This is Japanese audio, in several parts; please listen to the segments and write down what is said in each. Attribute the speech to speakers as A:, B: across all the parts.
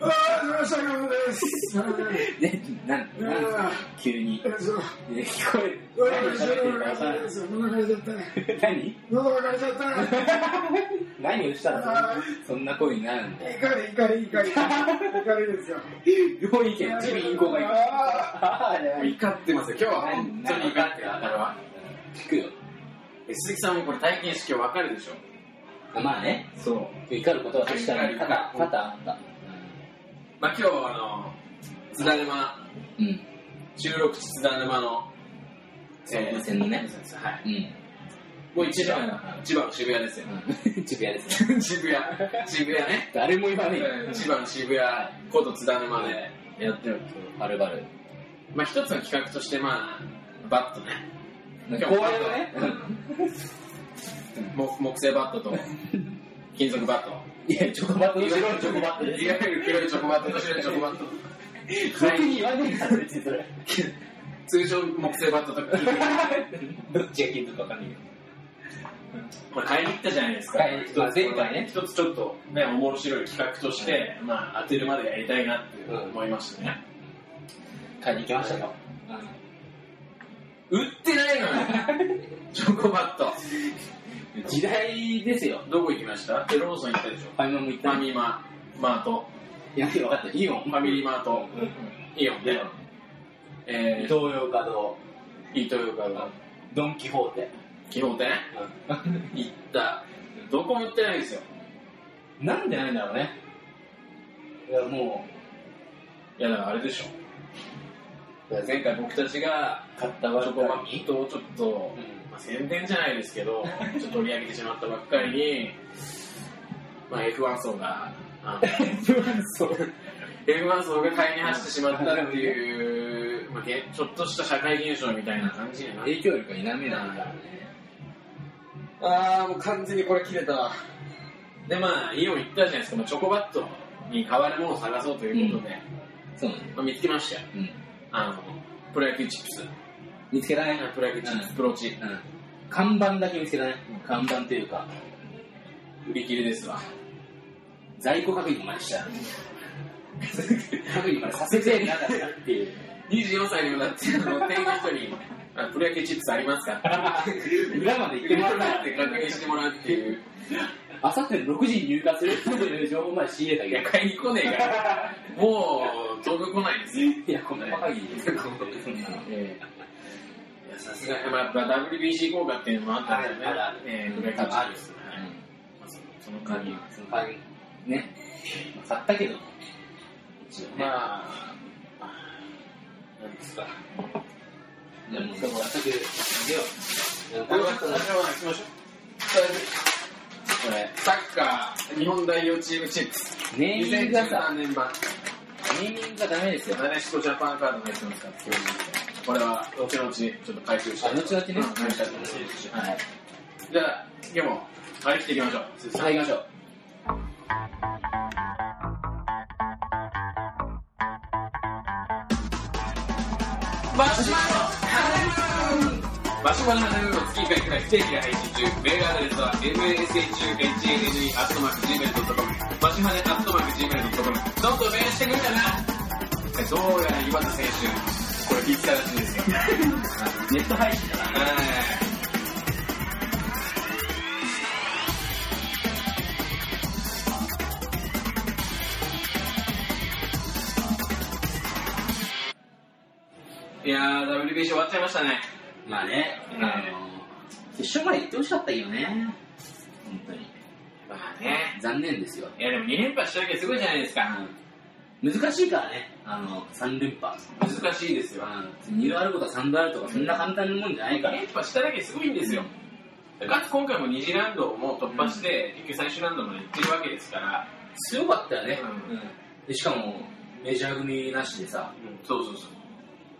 A: 始めました、山本です。はい
B: ね、な、なん
A: や
B: 急に。
A: ーそう
B: え聞こえ、
A: お
B: 何を喋ってるかわからない
A: いしょお腹痛いですお腹
B: 何
A: 痛いです喉が枯れちゃった。
B: 何をしたらそんな声になるんだよ。
A: 怒り、怒り、怒り。怒りですよ。
B: 病院券、自民公がいました。あーじゃあ
C: 怒ってますよ。今日は本
B: 何
C: 当
B: 何
C: に怒っ
B: があ
C: て
B: る
C: る。
B: か
C: あ
B: 分か
C: れ
B: るわ
C: は。。
B: 聞くよ。
C: え鈴木さんもこれ体験式今日わかるでしょ。
B: まあね、
C: そう。
B: 怒ることは確かに多々、多々あった。
C: まあ今日あの、津田沼、
B: うん。
C: 収録地津田沼の、
B: 総武線のね。
C: はい。
B: うん。
C: もう一番
B: う、
C: 千葉の渋谷ですよ。
B: うん。 渋谷ですね。
C: 渋谷、渋谷ね。
B: 誰も言わねえよ。
C: 千葉の渋谷、こと津田沼で、
B: やってる。はるばる。
C: まあ一つの企画として、まあ、バットね。
B: 公
C: 日
B: 園をね。
C: 木木製バット と、金属バット。
B: いや、チョコバット
C: い
B: の
C: わゆ
B: 白
C: る
B: いチョコバットです。
C: 黒いチョコバットと白いチョコバット。
B: 僕に言わねえから、別にそれ。
C: 通常木製バット とか、
B: どっちが金属かわかんないけど。
C: まあ、買いに行ったじゃないですか。
B: 買いに行った
C: 一つ
B: 前回ね
C: 一つちょっとね、面白い企画として、まあ、当てるまでやりたいなって思いましたね。
B: 買いに行きましたよ。
C: 売ってないのよ、 チョコバット。
B: 時代ですよ。
C: どこ行きましたでローソン行ったでしょ。
B: ファミマも行っ
C: フ
B: た
C: ァ
B: ね。
C: ミマ、マート、
B: いや、分かった。イオン。
C: ファミリーマート、イオンで、えー、
B: 東洋華堂、
C: イトーヨーカドー、
B: ドン・キホーテ。
C: 基本店行った。どこも売ってないんですよ。
B: なんでないんだろうね。いや、も
C: いや、だからあれでしょ。だから前回僕たちが、
B: う、買った
C: チ
B: わ
C: ョコバットをちょっと、まあ、宣伝じゃないです けど、ちょっと取り上げてしまったばっかりに、まあ、F1 層が、 あの F1 層が買いに走ってしまったっていう、まあ、げちょっとした社会現象みたいな感じになって
B: 影響力が否めないんだろうね。
C: ああ、もう完全にこれ切れたわ。で、まあ、イオン行ったじゃないですか、まあ、チョコバットに代わるものを探そうということで、
B: そうね。
C: まあ、見つけましたよ。
B: うん。
C: あの、プロ野球チップス。
B: 見つけられない。
C: プロ野球チップス、プロチ
B: うん。看板だけ見つけたね。看板というか、
C: 売り切れですわ。
B: 在庫確認までした。確認までさせてなかったっていう。
C: 24歳にもなって、あの店員の人に、あプロ野球チップスありますか
B: 裏まで行ってもらった
C: って確認してもらうっていう。
B: あさっての6時に入荷するっていう情報まで仕入れた
C: い
B: け
C: や、買いに来ねえから、もう、当分来ないですよ。い
B: ど。いや、こんな限りですよ。そんなの。
C: や、さすがに、まあ、まあ WBC 効果っていうのもあったんだよね。
B: ある
C: えープロ野球チ
B: 多分あ
C: ッ
B: る
C: プス。はいまあそその間に。
B: その代わりね、買ったけど、一応ね。
C: まあ、なんですか。
B: じゃあもう早速、出よう。
C: こ
B: こ
C: れ
B: れ
C: は、
B: は
C: こ
B: こ
C: れは行きましょう。サッカー日本代表チームチップス。
B: れ、ネーミングが
C: 2013
B: さ、
C: 年版。
B: ネーミングがダメですよ。
C: なでしこジャパンカードのやつなんですかこれは後々ちょっと回収して
B: あ、後々ね。
C: うん回収して
B: はい。
C: じゃあ今日も張り切っていきましょう鈴木さん
B: はい、行きましょう。
C: マシュマロハネムーンマシュマロハネムーンは月1回くらい不定期で配信中メールアドレスは mashune.gmail.com マシュマネ .gmail.com どんどんメールしてくるかなどうやら岩田選手これビッグらしいですよ
B: ネット配信だな。
C: はいいやー、WBC 終わっちゃいましたね。
B: まあね、
C: うん
B: あの、決勝まで行ってほしかったけどね。本当に。
C: まあね。
B: 残念ですよ。
C: いや、でも2連覇したわけすごいじゃないですか。
B: 難しいからね、あの、3連覇。
C: 難しいですよ。
B: 2度あることは3度あるとか、そんな簡単なもんじゃない
C: 2
B: から。
C: 連覇しただけすごいんですよ。かつ今回も2次ラウンドも突破して、結局最終ラウンドまで行ってるわけですから、
B: 強かったよね、
C: う
B: でしかもメジャー組なしでさ
C: そうそうそ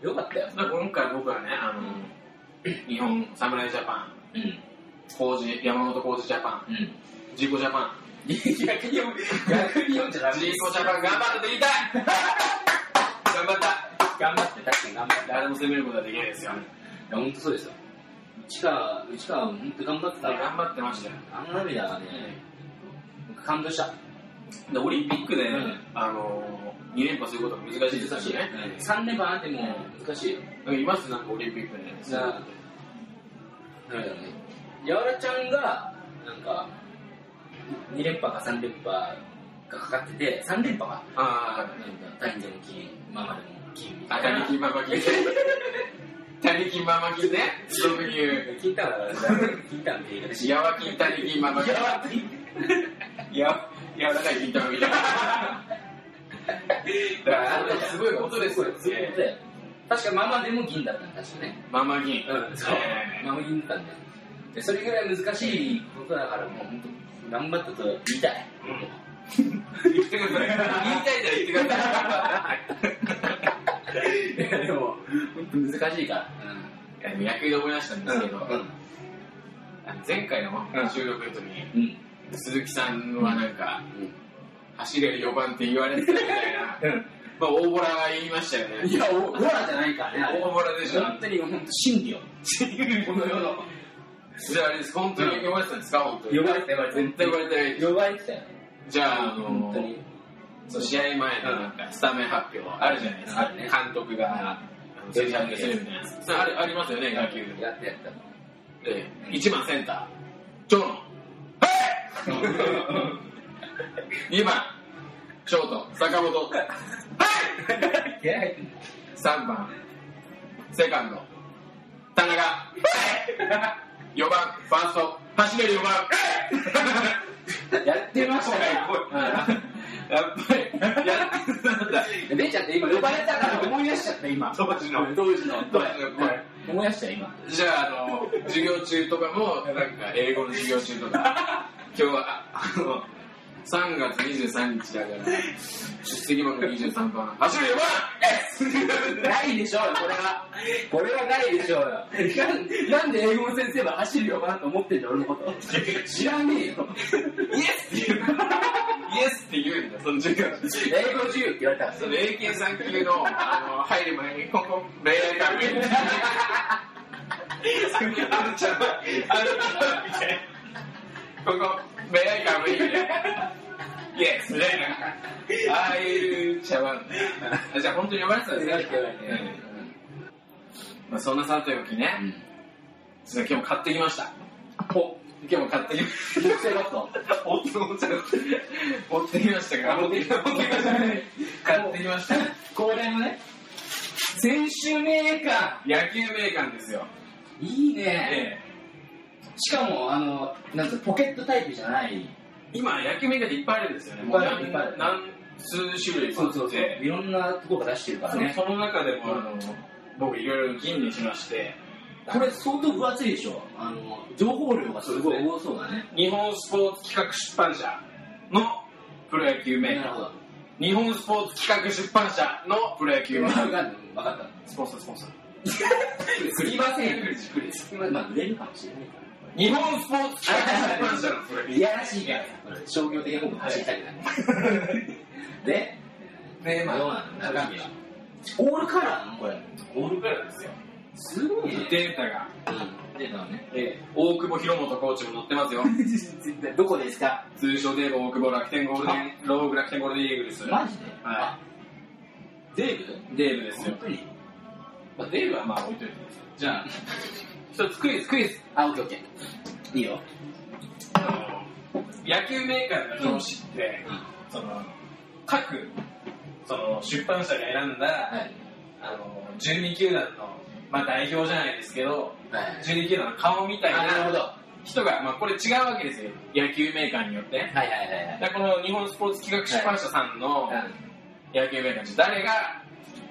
C: う。
B: よかったよ
C: だから今回僕はね、あの、日本侍ジャパ
B: う
C: ン、
B: ん
C: 工事、山本工事ジャパン、
B: うん
C: ジーコジャパン、
B: 逆に読む逆に読んじゃダメ
C: ジーコジャパン 頑張ると言いたい頑張った
B: 頑張って確かに頑張っていや
C: 誰も責めることはできないですよ。
B: 本当そうですよ内川内川は本当頑張ってた
C: 頑張ってましたよ。
B: あの涙がね僕感動した
C: でオリンピックで、
B: うん
C: あの2連覇することは難しいですよね、
B: 3連覇なんてもう難しいよ。
C: なんかいますなんかオリンピックで、
B: じゃあ、なんだろうね。やわらちゃんが、なんか、2連覇か3連覇がかかってて、3連覇が、なん
C: あ
B: か、大変でも金、ママでも金み
C: あ、
B: た
C: あ
B: い
C: た
B: な
C: り。きままき、たりきままきね、俗に言う、
B: 聞いたんだから、聞いたんって言い方し。
C: やわきたりきままき、ややわらかいきたまみたいな。だから、あんたすごいことですよ、
B: そういうことだよ。確かママでも銀だったんだ、確かね。
C: ままき。
B: うん、そう。ママ銀だったんだよ。で、それぐらい難しいことだから、もう本当、頑張ったと言いたい。
C: 言ってください。言いたいなら言ってください。
B: いや、でも、本当難しいから。
C: いや野球で思い出したんですけど、
B: うん。
C: 前回の収録の時に、
B: うん。
C: 鈴木さんはなんか、
B: うん
C: 走れる4番って言われてたみたいな、まあ、大ボラが言いましたよね。
B: いや、オオラじゃないからねあれ。
C: 大ボラでしょ。
B: 本当に、本当、真理よ。この世の。
C: じゃああれです、本当に呼ばれてたんですか、本当に。
B: ばれてた、呼ばれ
C: 絶対呼ばれてない
B: 呼ばれてたよ。
C: じゃあ、あ
B: 本
C: の
B: 当に。
C: そう試合前のなんかスタメン発表あるじゃないです
B: あ
C: か、
B: るね
C: 監督が選手発表するみたいなやつあるありますよね、野球
B: やったやった。
C: で。1番センター、長野。 はい2番、ショート、坂本。
B: 気合入ってん
C: 3番セカンド田中4番ファースト走れる4番
B: だやってましたね。
C: やっぱりやってたんだ
B: 出ちゃって今呼ばれたから思い出しちゃった今
C: 当時の
B: 当時の
C: 当時の声
B: 思い出した今
C: じゃああの授業中とかもなんか英語の授業中とか今日はあの3月23日だから出席番号23番走れる4番
B: ないでしょうよこれはこれはないでしょうよなん なんで英語の先生は走るよかなと思ってんだ俺のこと知らねえよ
C: イエスって言うんだイエスって言うんだその授業中
B: 英語授業って言われたから
C: その AK3 級のあの入る前にここ恋愛関係あるちゃんあるちゃんみたいなここ恋愛関係みたいなイエスみたいなああいう茶碗あじゃあ本当に呼ばれてたんですね、まあ、そんなさというきね、
B: うん
C: 実は今日も買ってきました
B: お
C: 今日も買ってきました
B: 木製ロット
C: おっとおっと持ってきましたから
B: 持ってきた
C: 持ってきました買ってきました
B: 恒例のね選手名鑑
C: 野球名鑑ですよ
B: いい
C: え
B: ね
C: え
B: しかもあのなんかポケットタイプじゃない
C: 今野球メーカーでいっぱいあるんですよね。
B: いっぱいある
C: もう
B: いっぱいある
C: 何数種類
B: そうそうそう
C: って
B: いろんなとこが出してるからね
C: その中でもあの僕いろいろ吟味しまして、
B: これ相当分厚いでしょあの情報量がすごい多そうだね
C: 日本スポーツ企画出版社のプロ野球メー
B: な
C: カ
B: るほ
C: ー、
B: ど
C: 日本スポーツ企画出版社のプロ野球
B: 分
C: メーカー、
B: かった分かった
C: スポンサースポンサー。
B: すぎませんよ
C: じっくりです
B: まあ売れるかもしれないか
C: 日本スポーツ企画出版社のプロ野
B: ら
C: 球
B: いやらしいから商業的なこと走りたいなで
C: ね
B: どうなの中身はオールカラーなのこれ
C: オールプラですよ。
B: すごいね
C: データが、
B: うん出たのね
C: ええ大久保博元コーチも載ってます よ。
B: どこですか
C: 通称で大久保楽天ゴールデン、ローグ楽天ゴールデンイーグルス。
B: マジで
C: は
B: あデーブ
C: い。デーブです
B: 本
C: よ。
B: 当に
C: まあ、デーブはまあ置いといてください。じゃあ、一つクイズ、クイズ。
B: あオッケーオッケーいいよ
C: あの野球メーカーの表紙って、その、各、その、出版社が選んだ、
B: はい
C: あの、12球団の、まあ代表じゃないですけど、
B: はい
C: 12球団の顔みたい
B: あなるほ
C: な
B: どは
C: 人が、まあこれ違うわけですよ。野球メーカーによって
B: い
C: ね。
B: はいはいはい
C: だからこの日本スポーツ企画出版社さんの野球メーカーに誰が、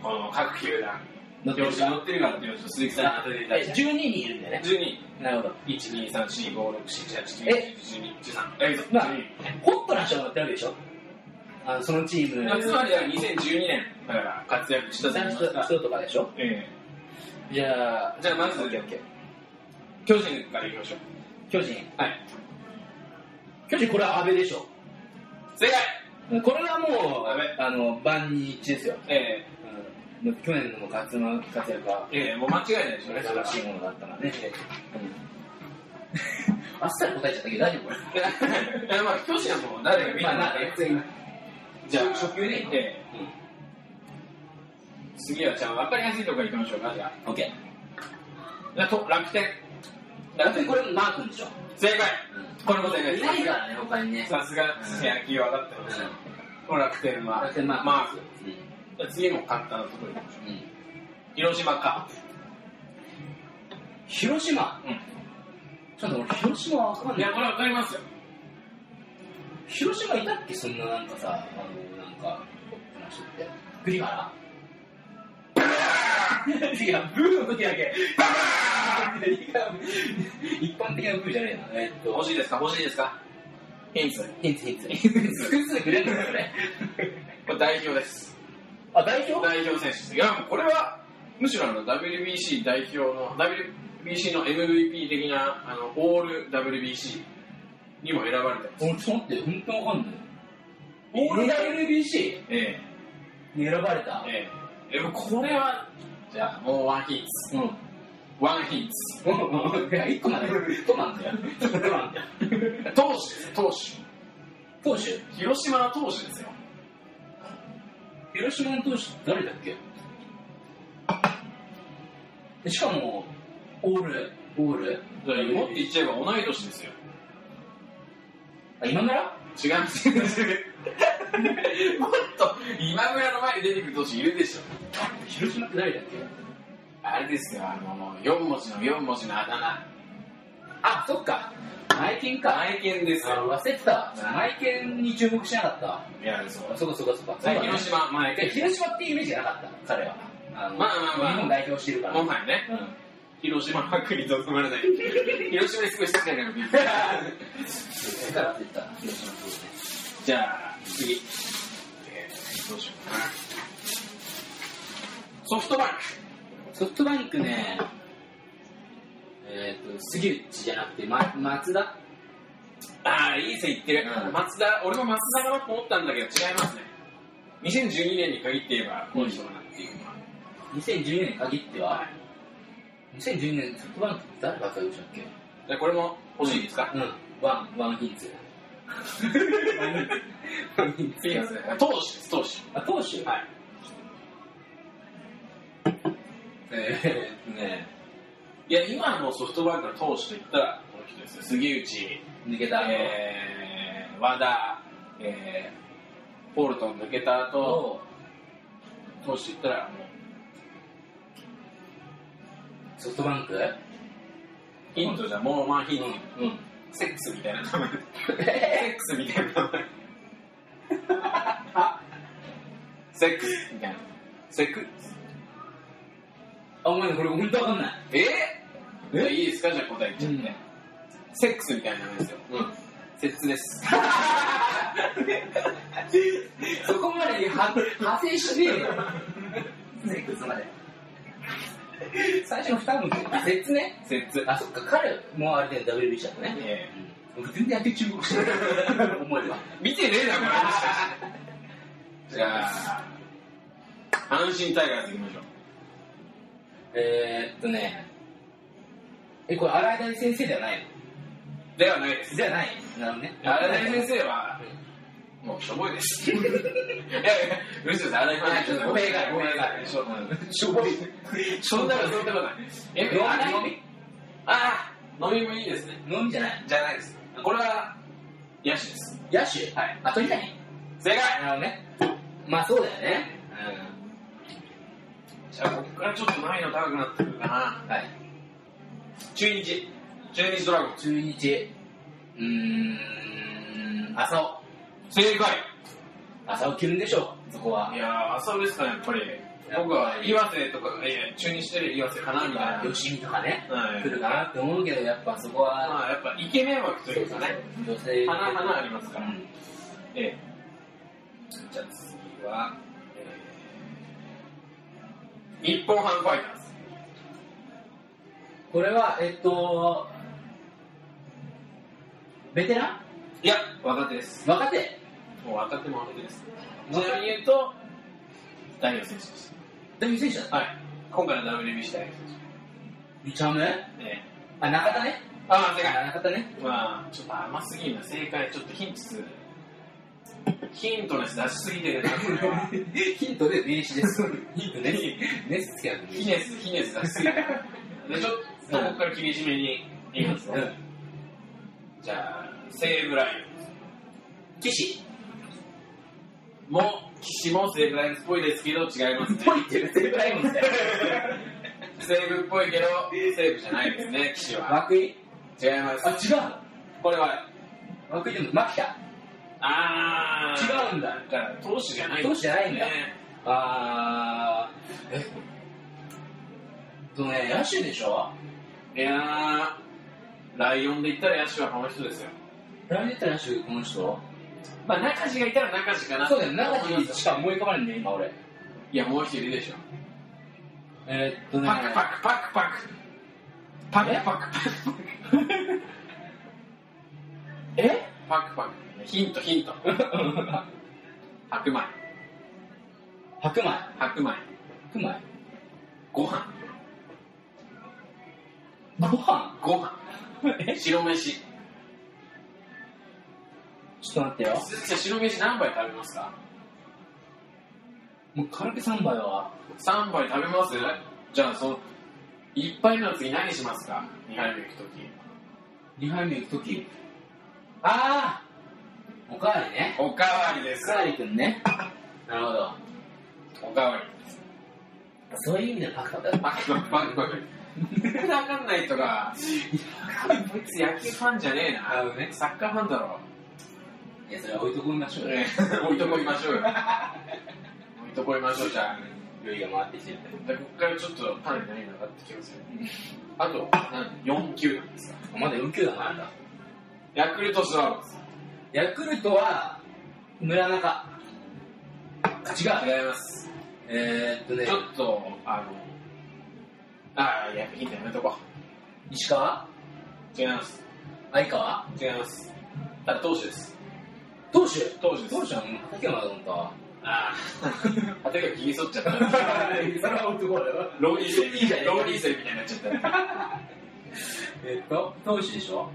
C: この各球団、
B: 乗って
C: 表
B: る
C: 紙に
B: か
C: 乗ってるかっていうのをちょっと鈴木さんに当てていただいて。
B: 12人いるんだよね
C: 12。
B: なるほど
C: 1、2、3、4、5、6、7、8、
B: え
C: 9、10、11、13。え、嘘
B: まあホットな人が乗ってるわけでしょあのそのチーム
C: 12つまりは2012年、だから活躍した選手
B: 人とかでしょ
C: え
B: じゃあ
C: えじゃあまず、巨人からいきましょう。
B: 巨人
C: はい。
B: 巨人これは阿部でしょ
C: 正解
B: これはも
C: 阿部
B: うあの万人一致ですよ、
C: え
B: うん、去年のも活躍活躍は
C: えええもう間違いないでしょうね、
B: 素晴らしいものだったからね、あっさり答えちゃったけど大丈夫これ
C: やまあ教師はもう誰が見たんだね
B: 全員
C: じゃあ
B: 初級ね
C: ええ次はじゃあ分かりやすいとこ行きましょうかじゃあ
B: オッケー
C: じゃあと楽天
B: 楽天これマー君でしょ
C: 正解これも正解
B: い
C: で
B: ない
C: す
B: からね他にね
C: さすが野球分かってますねこれ楽天は
B: 楽天マー
C: マー
B: ク
C: クじゃあ次も簡単なところ行きましょう
B: うんうん
C: 広島か
B: 広島
C: うん
B: ちょっと俺広島わかん
C: い
B: ない
C: やこれ分かりますよ
B: 広島いたっけそんななんかさあのなんか話って栗原いや、ブーの時だけ、一般的なブーじゃねえな。えっと、
C: 欲しいですか欲しいですかヒンツ
B: ヒンツヒンツ。ヒンツくれるんだよね。
C: これ代表です
B: あ、代表
C: 代表選手ですいやもうこれはむしろあの WBC 代表の WBC の MVP 的なあのオール WBC にも選ばれてます
B: 俺ちょっと待って、本当わかんない。
C: オール
B: WBC
C: え
B: に選ばれた
C: え。えええもうこれはじゃあもうワンヒーツ
B: うん。
C: ワンヒーツ
B: いや、1個まで。1なんだよ。1なんだよ。
C: 投手です投手
B: 投手
C: 広島の投手ですよ
B: 広島の投手誰だっけしかも、オール、オール。
C: じゃあもっと言っちゃえば同い年ですよ
B: あ、今村
C: 違う違う違うもっと今村の前に出てくる投手いるでしょ
B: 広島って誰だっけ
C: あれですよあの4文字の4文字のあだ名
B: あ、そっか。マイケンか。
C: 愛犬です
B: あ
C: よ
B: 忘れてた。マイケンに注目しなかった。
C: いやそう
B: あそこそこそこ。そうだね
C: 広島前
B: で広島っていうイメージなかった、彼は。あの
C: まあまあまあ
B: 日本代表してるから。
C: もはやね
B: う
C: 広島は国とまらない広島に少し少ないからびっくり
B: ん。だから忘れてた、広島っていうね。
C: じゃあ次、えー、どうしようかなソフトバンク
B: ソフトバンクね、えっ、と、杉内じゃなくて、ま、松田
C: ああいい線いってる、
B: うん
C: 松田俺も松田かなと思ったんだけど違いますね2012年に限って言えばこの人だなっていうのは、
B: 2012年に限っては、2012年ソフトバンク誰ばっかりでしたっけ
C: じゃあこれも欲しいですか、
B: うん、ワン、ワンヒーツ。ワンヒーツ
C: いいですね投手です投手
B: あ、投手
C: はい。
B: えー、ね
C: いや、今のソフトバンクの投手といったら、この人ですよ。杉内、
B: 抜けた。
C: えー、和田、えー、ポルトン抜けた後、
B: と、
C: 投手といったら、もう、
B: ソフトバンク
C: ヒントじゃ、もうまあヒント、
B: うん。
C: セックスみたいな 名前。セックスみたいな名前。セックスみたいな。セックス
B: あ、お前これ本当わかんない。
C: えー、えいいですかじゃあ答え言っちゃって、
B: うん
C: セックスみたいな名前ですよ。
B: うん。
C: セッツです。
B: そこまでは派生し ねえよ。セックスまで。最初の二文字。あ、説ね。
C: セッツ。
B: あ、そっか、彼もあれで WBC だったね。
C: え
B: うん、俺全然野球注目してない。思えば。
C: ー見てねえな、これ。じゃあ、阪神タイガース行きましょう。
B: えー、っとね、え、これ荒井大先生ではない
C: ではないです。
B: のではない。なるほどね。
C: 荒井先生は、もうしょぼいです。 いやいや、むしろ荒井先生
B: ごめんなさいごめんなさい
C: しょ
B: しょぼい。
C: しょんだらそうでもない。え、荒
B: 飲
C: 井
B: み
C: ああ、飲みもいいですね。
B: 飲み飲みじゃない。
C: じゃないです。これは、野手です。
B: 野手はい。あ、鳥谷。
C: 正解
B: なるほどね。まあそうだよね。
C: じゃあ、ここからちょっと難易度高くなってくるかな。
B: うん。はい。
C: 中日。中日ドラゴンズ。
B: 中日、うーん、浅尾。
C: 正解。
B: 浅尾着るんでしょう、そこはい
C: やー、浅尾ですかね、やっぱり。僕は岩手とか、いや、中日してる岩手かな、みたいな。
B: 吉見とかね、
C: はい
B: 来るかなって思うけど、やっぱそこは、
C: まあ、やっぱイケメン枠
B: そう
C: とい
B: で
C: う
B: す
C: か
B: ね
C: ね、
B: 女性
C: 花々あります
B: う
C: から。
B: ん
C: ええ。じゃあ次は、えー日本ハムファイターズ。
B: これは、えっと、ベテラン
C: いや、若手です。
B: 若手
C: もう若手も若手です。ちなみに言うと、代表選手です。
B: デビュー選手だった
C: はい。今回の WBC 代表選
B: 二ちゃん目
C: 手。え
B: あ、中田ね。
C: えああ、
B: な
C: 正解。
B: らなかったね。
C: まあ、ちょっと甘すぎるな。正解、ちょっとヒントする。ヒントのやつ出しすぎて るな、これは。
B: ヒントで名詞です。ヒントね。ネス好きなん
C: ヒネス、ヒネス出しすぎてる。で、ちょっと、ここから厳しめに言いますよ。
B: うん。
C: じゃあ、西武ライ
B: 岸。
C: オンズも、騎士も西武ライオンズっぽいですけど、違いますね。
B: ぽいって言う西武ライオンズだよ。
C: 西武っぽいけど、西武じゃないです ね、騎士は。
B: 涌井
C: 違いま
B: あ、
C: す。
B: 違
C: これは、
B: う。涌井でも、牧田。
C: あー。
B: 違うんだ。
C: だから、投手じゃない
B: 投手じゃないんだ
C: ね
B: あー、えとね、野手でしょ
C: いやー、ライオンで言ったら野手はこの人ですよ。
B: 来年ったら野手、この人
C: まあ、中地がいたら中地かな。
B: そうだよ、中地しか思い浮かばないんだよ、今俺。
C: いや、もう一人いるでしょ。
B: えーっとね
C: パ、クパクパクパク。パクパクパク
B: え
C: パク。パクパク。ヒントヒント。白米。
B: 白米。
C: 白米。
B: 白米
C: ご飯。
B: ご飯
C: ご飯。
B: え
C: 白飯。
B: ちょっと待ってよ。
C: 鈴木さん、白飯何杯食べますか
B: もう軽く3杯は。
C: ?3 杯食べますじゃあ、その、1杯目の次何しますか ?2 杯目行くとき。
B: 2杯目行くとき。あーおかわりね。
C: おかわりで
B: お
C: す
B: か。わりくん ね。なるほど。
C: おかわり。
B: そういう意味でパクパクだ。
C: バクバクバクバク。全然わかんない人が、こいつ野球ファンじゃねえな。
B: あのね
C: サッカーファンだろ。
B: いや、それは置いとこましょうよ。
C: 置いとこいま しょうよ。置いとこいましょう、じゃあ。
B: ルイが回ってきてる。
C: でここからちょっとパネル何が上がってきますよ。あと、4球なんですか。
B: まだ4球団あるんだ。
C: ヤクルトスワローズ。
B: ヤクルトは、村中。違う。
C: 違います。
B: えー、っとね
C: ち、ょっと、あの、ああ、いや、ヒントやめとこ
B: 石川
C: う。違います。
B: 相川
C: 違います。ただ、投手です。
B: 投手
C: 投手です。
B: 投手はもう畠山だと思ったわ。
C: あ あ。例えば、ひげ剃っちゃった。
B: それは男だよ。
C: ローリー生
B: いいじゃん
C: ローリー生みたいになっちゃった。
B: えっと、投手でしょ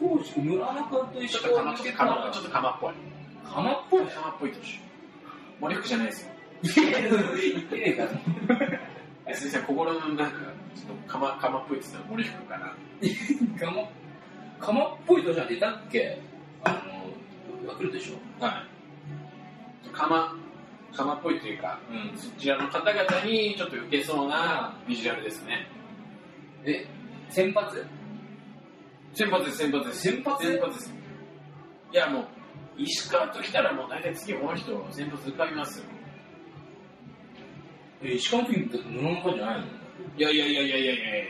B: 投手、村中と
C: ち
B: 石
C: ょっと
B: 川
C: 釜
B: の
C: ちょっ
B: 結
C: と
B: 果
C: 釜ちょっと釜っぽい。
B: 釜っぽいな。
C: 釜っぽい投手。森福じゃない ですよ。
B: いやいや、言ってねえから。
C: え、先生、心のなんか、ちょっと釜、釜っぽいって言ったら森福かな。
B: 釜、釜っぽい投手なんていたっけあの、ヤクルトでしょ
C: はい。釜、釜っぽいというか、
B: うん。
C: そちらの方々にちょっと受けそうなビジュアルですね。
B: え、先発
C: 先発です、先発です。
B: 先発
C: 先発です。いや、もう、石川と来たらもう大体次この人、先発浮かびますよ。
B: え、石川の時って村中じゃないの
C: いやいやいやいやいやいやい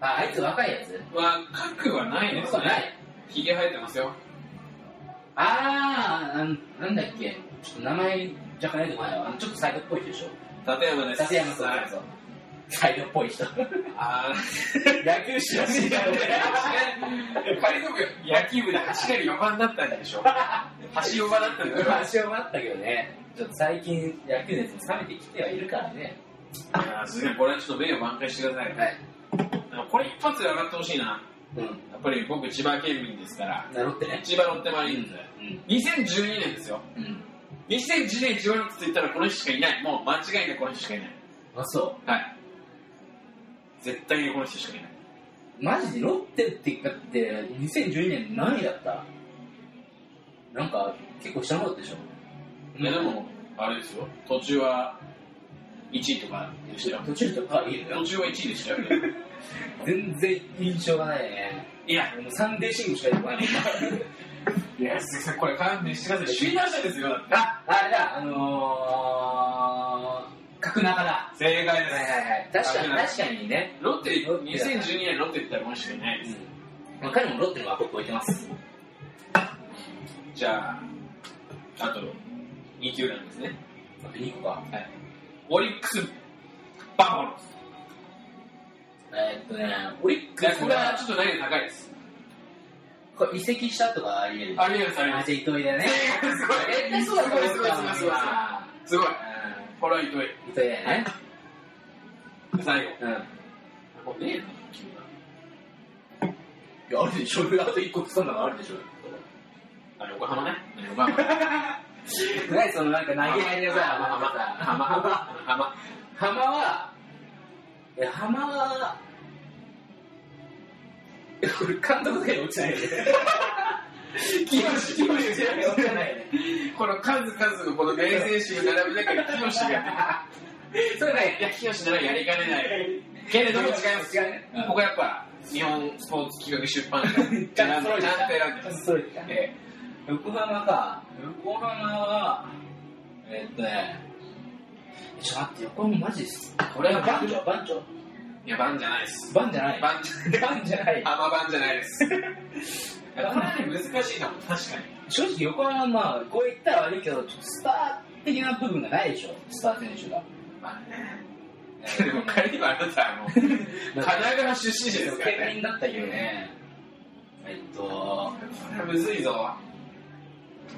B: あ、あいつ若いやつ
C: や。若くはないです
B: 若くない
C: ね。ひげ生えてますよ。
B: あー、なんなんだっけ、ちょっと名前若干出てこないわ。あのちょっとサイドっぽい人でしょ。
C: 立山です。
B: 立山さん
C: はい
B: そうサイドっぽい 人。
C: あ
B: 野球知らねえだ ろ、
C: ー、仮の部野球部で走れる4番だったんでしょ。走り4番だったんでしょ。
B: 話はあったけどね、ちょっと最近野球熱冷めてきてはいるからね。
C: あーすげえこれはちょっと名誉挽回してください。
B: はい。
C: これ一発で上がってほしいな。
B: うん。
C: やっぱり僕千葉県民ですから、
B: なるってね。
C: 千葉ロッテマリーンズ。
B: うん。
C: 2012年ですよ。
B: うん。
C: 2012年千葉ロッテと言ったらこの人しかいない。もう間違いなくこの人しかいない。
B: あ、そ
C: はい。絶対にこの人しかいない。
B: う。マジでロッテって言ったって、2012年何位だったなんか、結構下の方だったでしょ。
C: いやでも、あれですよ。途中は1位とかでしたよ。
B: 途中とかいいの
C: 途
B: よ。
C: 中は1位で したよ。
B: 全然印象がないね。
C: いや、
B: もうサンデーシングしか出てこない。
C: いや、すいません、これ勘弁してください。首位打者ですよ。
B: あ、あれだ、あのー、角中だ。
C: 正解
B: はい
C: で
B: はい
C: す。
B: はい。確かに、
C: 角中
B: 確かにね。
C: ロッテ、2012年ロッテって言ったらこの人しかいないです。
B: うん。まあ、彼もロッテの枠を超えてます。
C: じゃあ、あと2球団ですね。
B: あと2個か。
C: はい。オリックス、バファローズ。
B: えーっとね、オリッ
C: い
B: ク
C: や、
B: ス
C: これは
B: は、
C: ちょっと難易度高いです。
B: これ移籍したとかありえる
C: ありえます、ありえ
B: あ、
C: ます。
B: じゃあ糸井だね。
C: すごい
B: 絶対そうだと思った
C: すごいすごいすごいすごいすごい。これはひどい。
B: うん糸井だよね。
C: 最後。
B: うん。
C: これねえな、
B: いや、あるでしょ。あと1個って言ったんだからあるでしょ。
C: あれ、横浜ね。横浜。
B: 何そのなんか投げ合いでさ、浜浜
C: 浜、浜、浜。
B: 浜は、え、浜は、えこれ監督だけ落ち ないよね。清志、清志じゃない落ちないよね。
C: この数々のこの名選手が並ぶ中で、清志がやっ
B: それ
C: て
B: ね、
C: る。いや、清志ならやりかねない。けれども違います。
B: 違うね。
C: ここやっぱ、日本スポーツ企画出版社。ちゃんと選んでます。
B: それだね。横浜か。横浜は、えっとね、ちょっと待って、横浜マジです。これは番長、番長。
C: いや、番じゃないです。
B: 番じゃない。
C: 番じゃない。
B: 番じゃない。
C: 浜番じゃないです。これはね、難しいなもん、確かに。
B: 正直横浜はまあこう言ったら悪いけどちょっとスター的な部分がないでしょスター選手が
C: まあね。でも、仮にもあなたはもう、神奈川出身者ですから
B: 県
C: ね。
B: 民だったけどねえっと
C: これはむずいぞ。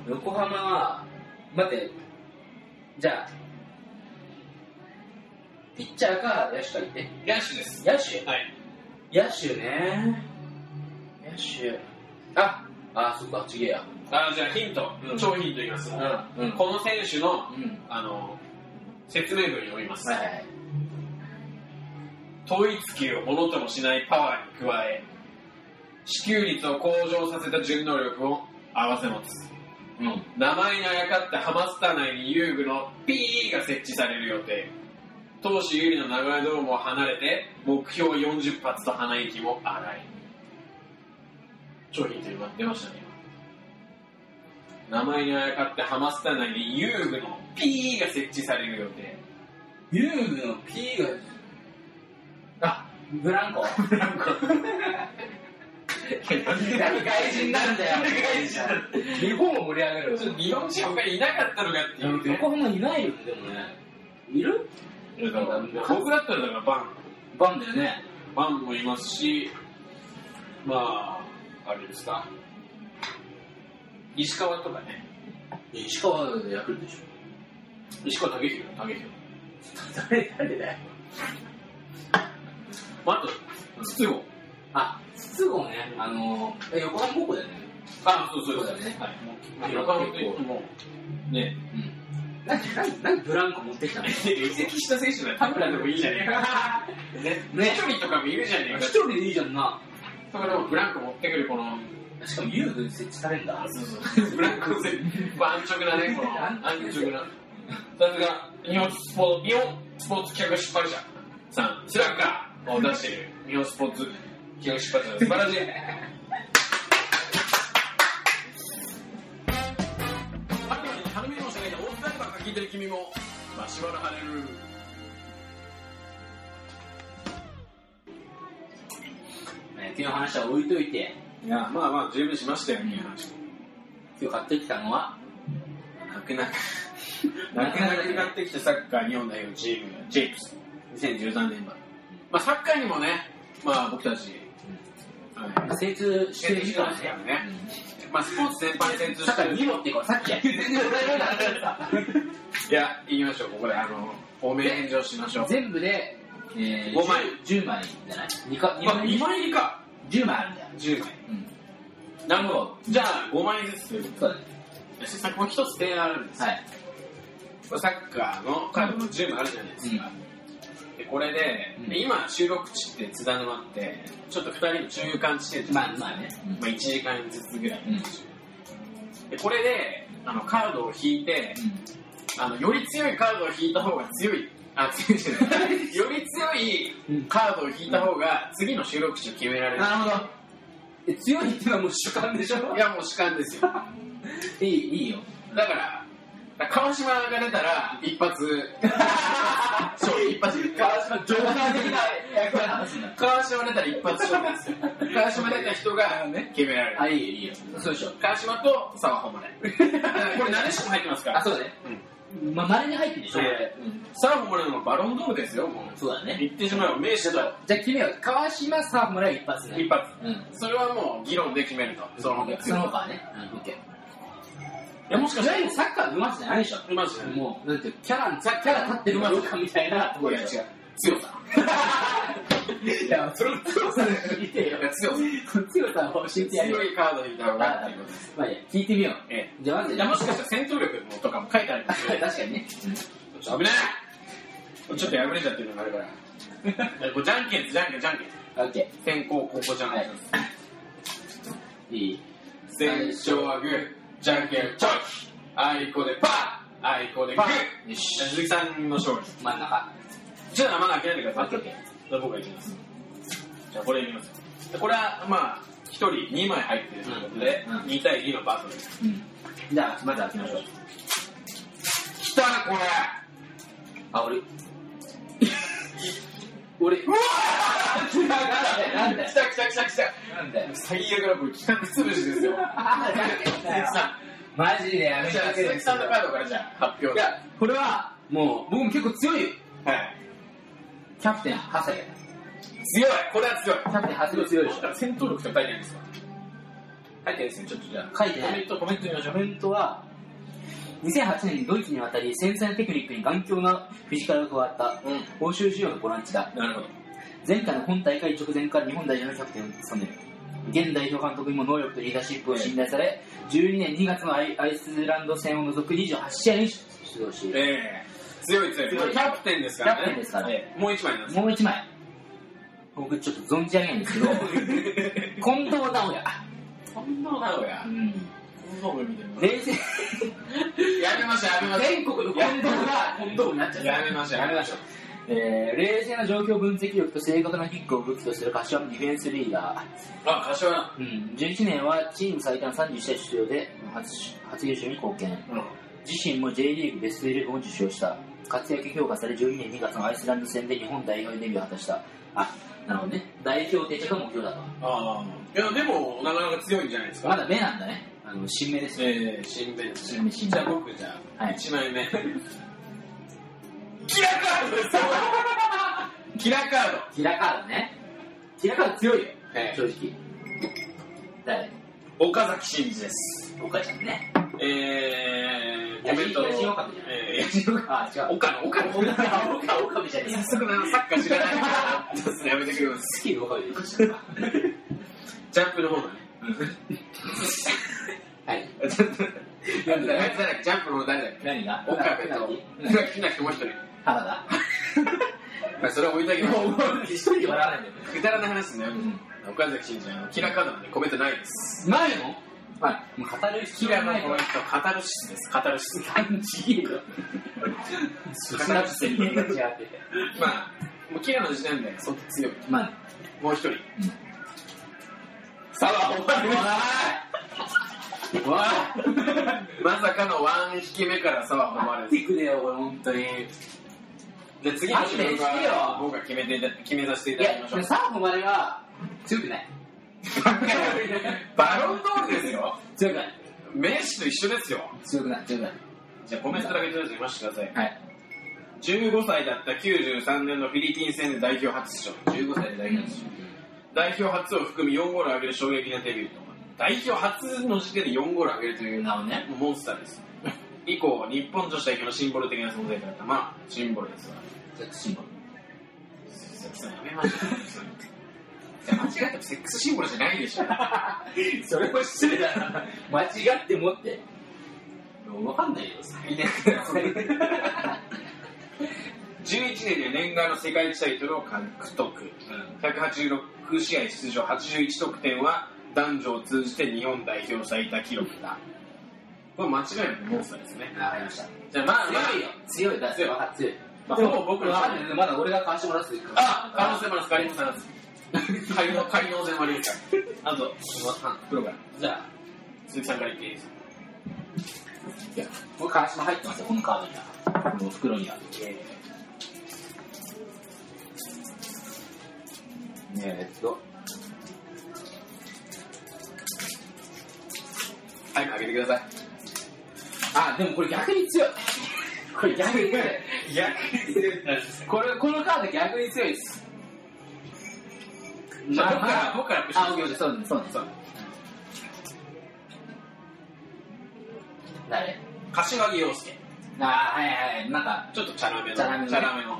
B: 横浜は待ってじゃあピッチャーか野手か言って
C: 野手です。
B: 野手
C: はい。
B: 野手ね野手ああそっかちげえや
C: あじゃあヒント、
B: うん
C: 超ヒントいきます、
B: うんうん
C: この選手の
B: うん
C: あの説明文読みます、
B: はいはい
C: 統一球をものともしないパワーに加え支給率を向上させた順応力を併せ持つ
B: うん
C: 名前にあやかったハマスター内に遊具の P が設置される予定投手有利の名古屋ドームを離れて目標40発と鼻息も荒い超ヒント今出ましたね今名前にあやかってハマスター内に遊具の P が設置される予定
B: 遊具の P があブランコ
C: ブランコ
B: 何外人なんだよ
C: 外人
B: 日本を盛り上げる
C: ちょっと日本人他にいなかったのかっていうね
B: 横浜いないよねでもねいる
C: いやだから僕だったらだからバン
B: バンだよね
C: バンもいますしまああれですか石川とかね
B: 石川でやるでしょ
C: 石川武宏武宏
B: 誰誰だよ
C: まああと筒子
B: あ筒子ねあのえ横浜高校だよね
C: あそうそう
B: そうだね
C: はい
B: まあ
C: 横浜といってもね
B: うんなんでなんでなんでブランコ持ってきたのね
C: 移籍した選手なら田村でもいいじゃねえか ね
B: ね
C: 一人とかもいるじゃねえか
B: 一人でいいじゃんな
C: そこでもブランコ持ってくるこの
B: しかも遊具に設置されるんだ
C: ブランコ戦、安直なね、この安直な。さすが、日本スポーツ、日本スポーツ企画出版社さん、スラッガーを出している日本スポーツ企画出版社素晴らしい。あくまで頼み申し上げたオースタイバーが聞いてる君も、マシュマロハレル。
B: ね昨日話は置いといて
C: いや、まあまあ、十分しましたよ、いい話。
B: 今日買ってきたのは
C: 泣く泣く泣く泣く買ってきたサッカー日本代表チームジェイプス2013年版、まあ、サッカーにもね、まあ、僕たち、はい
B: 精通してる人は
C: 精通してますからねまあ、スポーツ全般に精通
B: さっ
C: して
B: き見
C: る
B: ろっていうかさっきや全然
C: いや言いましょうここであのお名炎上しましょう
B: 全部で、えー、
C: 五枚
B: 10枚じゃない2か二
C: あ
B: 枚
C: 2枚入りか
B: 10枚あるんだよ、
C: 10枚
B: うん、
C: なるほどじゃあ5枚ずつということ
B: そうだね
C: でそしてこれ1つ提案あるんです
B: はい、
C: サッカーのカードの10枚あるじゃないですか、でこれで、
B: うん
C: で今収録地って津田沼ってちょっと2人の中間地点
B: うん、まあまあね、うん
C: まあ、1時間ずつぐらい、
B: うん
C: でこれであのカードを引いてあのより強いカードを引いた方が強いあ強いじゃない より強いカードを引いた方が次の収録地を決められる、
B: なるほどえ強いっていうのはもう主観でしょ
C: いやもう主観ですよだか
B: いいいいよ
C: らだから川島が出たら一 発そう一発川島
B: 冗談的な役割話になる
C: 川島出たら一発勝負ですよ川島出た人が決められる、
B: あいいよいいよそうでしょ
C: 川島と沢穂村 これ何しも入ってますから
B: あそうだねまあ稀に入ってるでしょ、
C: え
B: うん、
C: サーフもらうのもバロンドームですよ、もう。
B: そうだね
C: 言ってしまえば名手と
B: じゃあ決めよう川島さん村一発ね
C: 一発。
B: うん
C: それはもう議論で決めると。その
B: その他はね、うん、オッケー
C: いや、もしか
B: い
C: し
B: わ
C: た
B: ゆるサッカーのうまさじゃないでしょ
C: ら、マジで。
B: もう、なんていうのキャラ、キャラ立ってるかどうかみたいなところが違う。
C: 強さ。
B: いや、それも強さんに聞いてよ。
D: 強さ
B: 強さを教えてやるよ
D: 強。いカード引いた方がっていうことです。
B: まあいいや、聞いてみよう。
D: え
B: じゃあま
C: い
B: ず、
C: やもしかしたら戦闘力もとかも書いてあるかもし れ
B: 確
C: ない
B: かにね。
D: 危ね
C: ちょっと破れちゃってるのがある からえこれじゃんけんですじゃんけんじゃんけん
B: オッケ
D: え先攻、ここじゃない。
B: ー。いい。
D: 先勝はグー、じゃんけんチョキ、あいこでパー、あいこでグー。よし。じゃあ鈴木さんの勝利。
B: 真ん中。
C: じゃあまだ諦めてくだ
B: オ
C: さい
B: ッケーオッケ
C: じゃあ僕がいきますじゃあこれいきますでこれはまあ1人2枚入ってるということで、
B: うんうん
C: 2対2のバトルです
B: ー。じゃあ、まず開けましょう。
D: きたな、これ。
B: あ、俺。 俺。うわ なんだよ
D: き、たきたきたきた。
B: なんだよ。
D: 最悪な、これ企画潰しですよ。
B: あー、なんだよ。マジでやめ
D: じ
B: て
D: ゃあ、
B: く
D: 鈴
B: れ
D: 木さんのカードからじゃあ、発
B: い
D: 表。
B: や、これは、もう、僕も結構強いよ。
D: はい。
B: キャプテン、ハサゲ。
D: 強いこれは強い
B: キャプテン、ハサゲ強いでしょ。
C: 戦闘力って書いてないんですか書いてないですねちょっとじゃあ
B: 書いてない
C: コメントコメント見ましょ
B: コ
C: う
B: メントは、2008年にドイツに渡り、繊細なテクニックに頑強なフィジカルが加わった、
C: うん
B: 欧州仕様のボランチだ。
C: なるほど
B: 前回の本大会直前から日本代表のキャプテンを務める。現代表監督にも能力とリーダーシップを信頼され、12年2月のアイアイスランド戦を除く28試合に出場し、キ
C: え
D: 強い強い。
B: 強い
D: キャプテンですか
B: ャプ
D: ら
B: テン
D: ね
B: で。すから、
C: もう1枚なん です
B: もう一枚。僕ちょっと存じ上げないんです けど、近藤直也。
C: そんななのや
B: うん。
C: そんなの見てる
B: 冷静、
D: やめましょう、やめましょう。
B: 全国の近藤が近藤になっちゃった。
D: やめましょう、やめましょう。
B: えー冷静な状況分析力と正確なキックを武器とする柏のディフェンスリーダ
C: あ柏な
B: ー、うん、11年はチーム最多の31試合出場で初初優勝に貢献
C: うん
B: 自身も J リーグベスト11を受賞した活躍評価され12年2月のアイスランド戦で日本代表デビューを果たしたあなるほどね代表定着が目標だと
C: ああいやでもなかなか強いんじゃないです
B: ま
C: か
B: だ目なんだねあの新名ですね
C: ええ新米です
B: 新名新
C: じゃあ
B: 名
C: 僕じゃあ、
B: はい
C: 1枚目。キラカードですよキラカード。
B: キラカードねキラカード強いよ、
C: ええ
B: 正直誰
C: 岡崎真司です。
B: お母ちゃんね
C: えー、コメント。
B: 東岡部じゃない
C: えー、
B: あ違う
C: 岡野、岡野、
B: オカオカミじゃねえ
C: 早速な、サッカー知らないから、ちょっとやめてくれます。
B: スキルオカミです
C: ジャンプの方だね。
B: はい
C: なんだ、あいつだっけジャンプの方誰だっ
B: 何が
C: け岡部と、
B: 何
C: 好きな人もう一人。
B: 原田
C: まあそれは置いときましょう
B: 一人で笑わないんだよ
C: くだらない話ね
B: ん。
C: 岡崎真司、あのキラカードなんでコメントないです。
B: ないのはいもう語る
C: キ
B: 必要
C: ラの
B: ない
C: コ
B: の
C: メント、カタルシスです。カタルシス。
B: 感じいいよ
C: カタルシス。
B: 違って
C: まあ、もうキラの時点で、そっち強い。
B: まあ
C: もう一人。さあ、お前
B: わ
C: まさかのワン匹目からさは
B: あ
C: 誉
B: 待
C: れ
B: っ
C: る。
B: てくれよ俺本当に
C: じゃあ次の自
B: 待
C: 分
B: ってよ
C: が僕が決めていた決めさせてい
B: い
C: ただき
B: や
C: ましょう。
B: サーフまでは強くない
C: バロンドールですよ。
B: 強くない
C: メッシと一緒ですよ。
B: 強くない強くない
C: じゃあコメントだけちょっと読ませてください。
B: はい
C: 15歳だった93年のフィリピン戦で代表初勝。15歳で代表初勝。代表初を含む4ゴールを挙げる衝撃のデビューと。代表初の時点で4ゴールを挙げるという。
B: なるほどね
C: もうモンスターです。以降、日本女子代表のシンボル的な存在となった。まあ、シンボルですわ。
B: セクシーも
C: セックスやめましょう。いや間違ってもセックスシンボルじゃないでしょ。
B: それも失礼だな間違って持ってわかんないよ
C: いない11年には念願の世界一タイトルを獲得、186試合出場81得点は男女を通じて日本代表最多記録だこれ間違いなくモンスターですね
B: わかりました
C: じゃあまあまあ
B: 強いよ強いだ
C: 強い
B: わかる強い
C: まあ
B: で
C: ほぼ僕ら
B: わかんないまだ俺が買わしてもらってるから
C: あ可能性もあります仮能性もあります仮能性もありますからあと黒から
B: じゃあ
C: 鈴木さんから言っていいですか
B: これ川島入ってますよこのカードにはこの袋にはえーっと
C: 早く上げてください
B: あでもこれ逆に強いこれ逆に強いこれこのカード逆に強いです
C: じゃあ僕から僕からプッシュ
B: あ、オッケーオッケー、そうね、そうね、そうね。誰
C: 柏木陽介
B: あー、はいはいはい、なんか、
C: ちょっとチャラめの
B: チャラめのね
C: チャラめの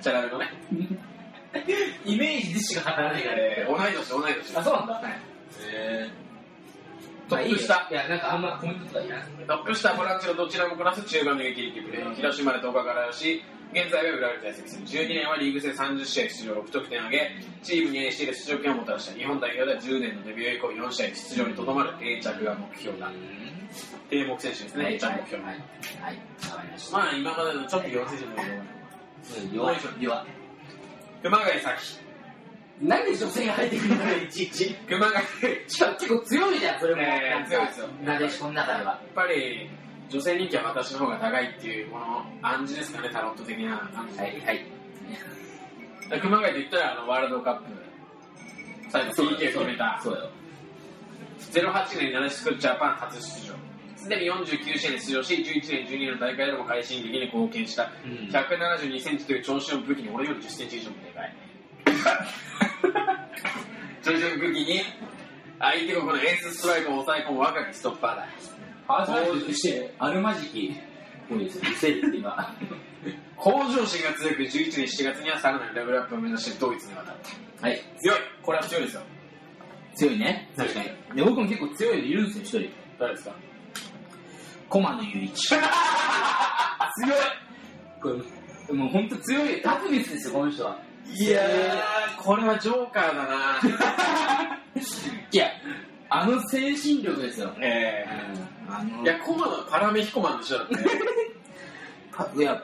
C: チャラメのね。
B: イメージでしか語らないからね。
C: えー、同い年、同い年。
B: あ、そうなんだ。
C: えー、ト
B: まあいい
C: ッ
B: よ
C: プ下。
B: いや、なんかあんまコメントとかいらない。
C: トップ下、ボランチのどちらもこなす中盤の激力プレー。広島で10日からし、現在は浦和レッズ在籍する。12年はリーグ戦30試合出場、6得点挙げ、チームに NC で出場権をもたらした日本代表では10年のデビュー以降4試合出場にとどまる定着が目標だ。定目選手ですね、定着目標。
B: はい。はい。わかりました。
C: まあ今までのちょっと4選手の目標
B: 弱い、弱い。
C: 熊谷咲。
B: なんで女性が入ってくるのよ、いちいち。
C: 熊谷咲。
B: しかも結構強いじゃん、それも。
C: ねえ
B: なんか
C: 強いですよ
B: なでしこの中では。
C: やっぱり女性人気は私の方が高いっていうこの暗示ですかねタロット的な感じ、
B: はい、はい。
C: 熊谷と言ったらあのワールドカップ最後 PK を決めた
B: そうよ。
C: 08年なでしこジャパン初出場すでに49試合に出場し11年12年の大会でも快進撃に貢献した
B: うん
C: 1 7 2ンチという長身を武器に俺より1 0ンチ以上もでかい 長身を武器に相手国のエースストライクを抑え込む若きストッパーだ
B: アして、あるまじき、こうですよ、見せるって今。
C: 向上心が続く11年7月にはさらなるレベルアップを目指してドイツに渡った
B: はい。
C: 強いこれは強いですよ
B: 強いね。確かに。で、僕も結構強いのいるんですよ、一人。
C: 誰ですか
B: 駒野 雄一。強いこれ、もう本当強い。ダクミスですよ、この人は。
C: いやーこれはジョーカーだない
B: や、あの精神力ですよ。
C: え
B: あの
C: いやコマのパラメヒコマンの人だって
B: たいや、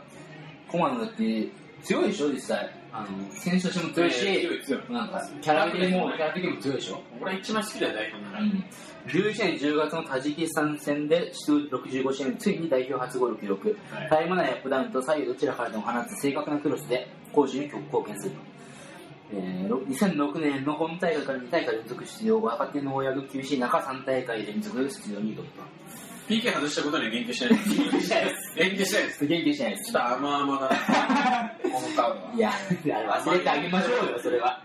B: コマンドだって強いでしょ、実際。あの、選手としても強いし、
C: えー強い強い
B: なんか、キャラ的にも、キャラ的にも強いでしょ。
C: 俺は一番好きだよ代表な
B: う
C: ら、
B: ん。11年10月のタジキスタン戦で出場65試合についに代表初ゴールを記録。
C: はい
B: タイム内アップダウンと左右どちらからでも放つ正確なクロスで攻守に貢献すると。えーろ2006年の本大会から2大会連続出場後、若手の親が厳しい中3大会連続出場に挑む
C: PK 外したことには言及しないです
B: と。しないです。
C: 言及しないです
B: ちょっと元気しないです
C: ちょっ。と甘々だなこのカードはい
B: や、忘れてあげましょうよ、それは。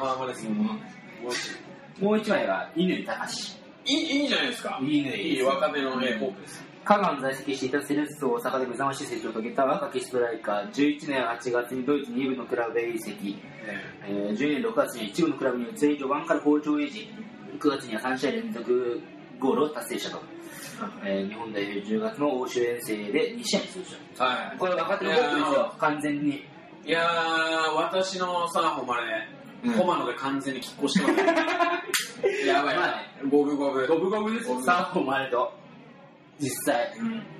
C: 甘々ですよもう
B: もう一枚は、乾隆。
C: いいいいじゃないですか
B: 乾
C: いい若手のねホープです
B: 香川の在籍していたセレッソ大阪で目覚ましい成長を遂げた若きストライカー、11年8月にドイツ2部のクラブへ移籍、えー10年6月に1部のクラブに移り、序盤から好調を維持、9月には3試合連続ゴールを達成したと。えー日本代表10月の欧州遠征で2試合出場。
C: は
B: これ若手のゴールですよ、完全に。
C: いいやー私のさ誉れコマので完全に拮抗して ます。やばい
B: まあ
C: な。五分五分。
B: ブゴブです
C: よ
B: サーフォンもあれと、実際。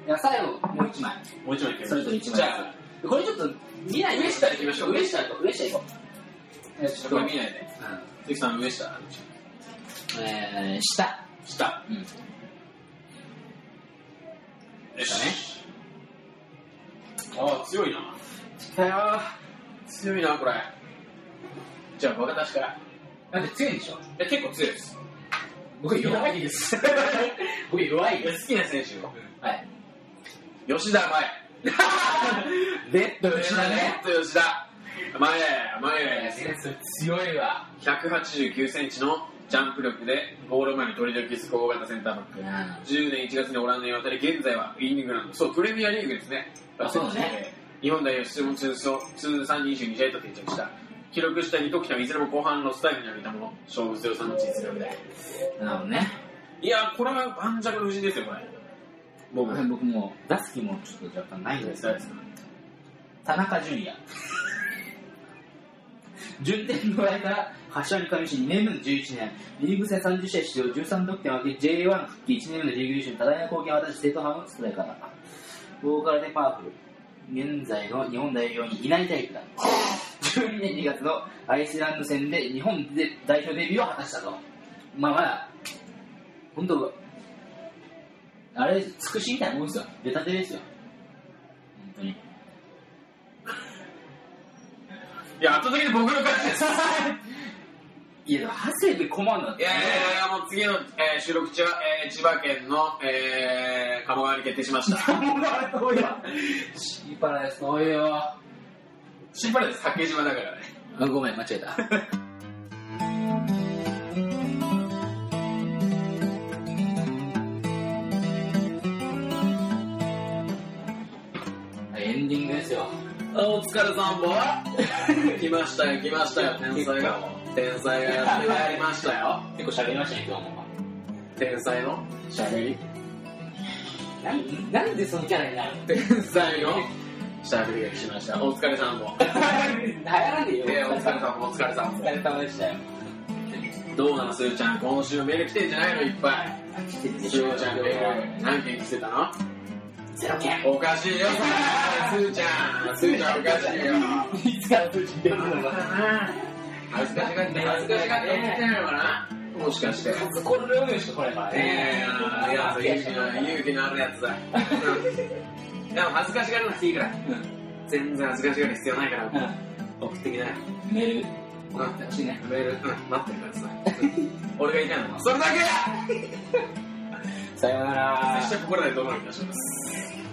B: いや、最後、もう一枚。
C: もう一枚いける
B: それぞれ一枚
C: じゃあ、
B: これちょっと見ない
C: 上下行きましょう
B: 上下行こう上下行こう
C: ちょっとこれ見ないで。
B: う
C: 関さん上下。
B: んえー下
C: 下。
B: うん
C: よし。ああ、強いな。
B: 下よ
C: 強いな、これ。じゃあ、僕私から。
B: だって強いでしょ
C: え、結構強いです。
B: 僕弱いです 僕弱い
C: いや
B: で
C: 好
B: す
C: きな選手を。
B: はい
C: 吉田
B: ベッ
C: 前。
B: ド吉田ね。
C: 吉田。前、前。
B: 強いわ
C: 189センチのジャンプ力でゴール前に取り除きつく大型センターバック、
B: うん
C: 10年1月にオランダに渡り現在はイングランドそうプレミアリーグですね
B: あそうだね
C: 日本代表出場通算通算22試合と定着した記録した2得点はいずれも後半のスタイルに挙げたもの勝負強さの実力で
B: なるほどね
C: いやこれは盤石の布陣ですよこれ僕
B: 僕僕もう出す気もちょっと若干ないんですけど田中純也順天堂大から柏に加入し2年目の11年リーグ戦30試合出場13得点を挙げ J1 復帰1年目のリーグ優勝に多大な貢献を果たし正統派のストライカーだったボーカルでパワフル現在の日本代表にいないタイプだ12年2月のアイスランド戦で日本で代表デビューを果たしたとまあまだ本当あれ尽くしみたいなもんですよ出たてですよ本当に
C: いや圧倒的に僕の勝ちです
B: いや、でも長谷部困るんだっ
C: いやいやいやもう次の、えー収録中は、えー千葉県の、えー、鴨川に決定しました
B: や、もうあれ遠いわ。シーパラダイス遠いよ。あ、
C: 心配です八景島だからね
B: ごめん、間違え た。はいエンディングですよ。
C: お疲れさんぼ来ましたよ、来ましたよ、天才が。天才がやってまいりましたよ。
B: 結構喋りましたね、今日も。
C: 天才の
B: 喋りなんなんでそのキャラになるの
C: 天才のしゃべりが来ました。お疲れさんぼ。
B: 流行らねえよ。
C: えー、お疲れさんぼ、お疲れさん
B: お
C: ぼ
B: 疲。れ様でした よ。
C: どうなの、すーちゃん、今週メール来てんじゃないの、いっぱい。
B: 来てる
C: すーちゃん、メール、何件来てたの
B: ゼロ件。
C: おかしいよ、すーちゃん。すーちゃん、おかしいよ。
B: いつから通知出るのかな。
C: 恥ずかしがって、恥ずかしがって起きてないのかなもしかして。
B: 数これのよしかこれば
C: ねえ、いや、勇気の、勇気のあるやつだ。でも恥ずかしがらなくていいから。全然恥ずかしがる必要ないから、送ってきなよ。
B: メール
C: 送って
B: 欲しいね。
C: メール、うん、待ってるからさ。俺が言いたいのは、それだけだ
B: さようなら
C: 拙。者心でどうなるかします。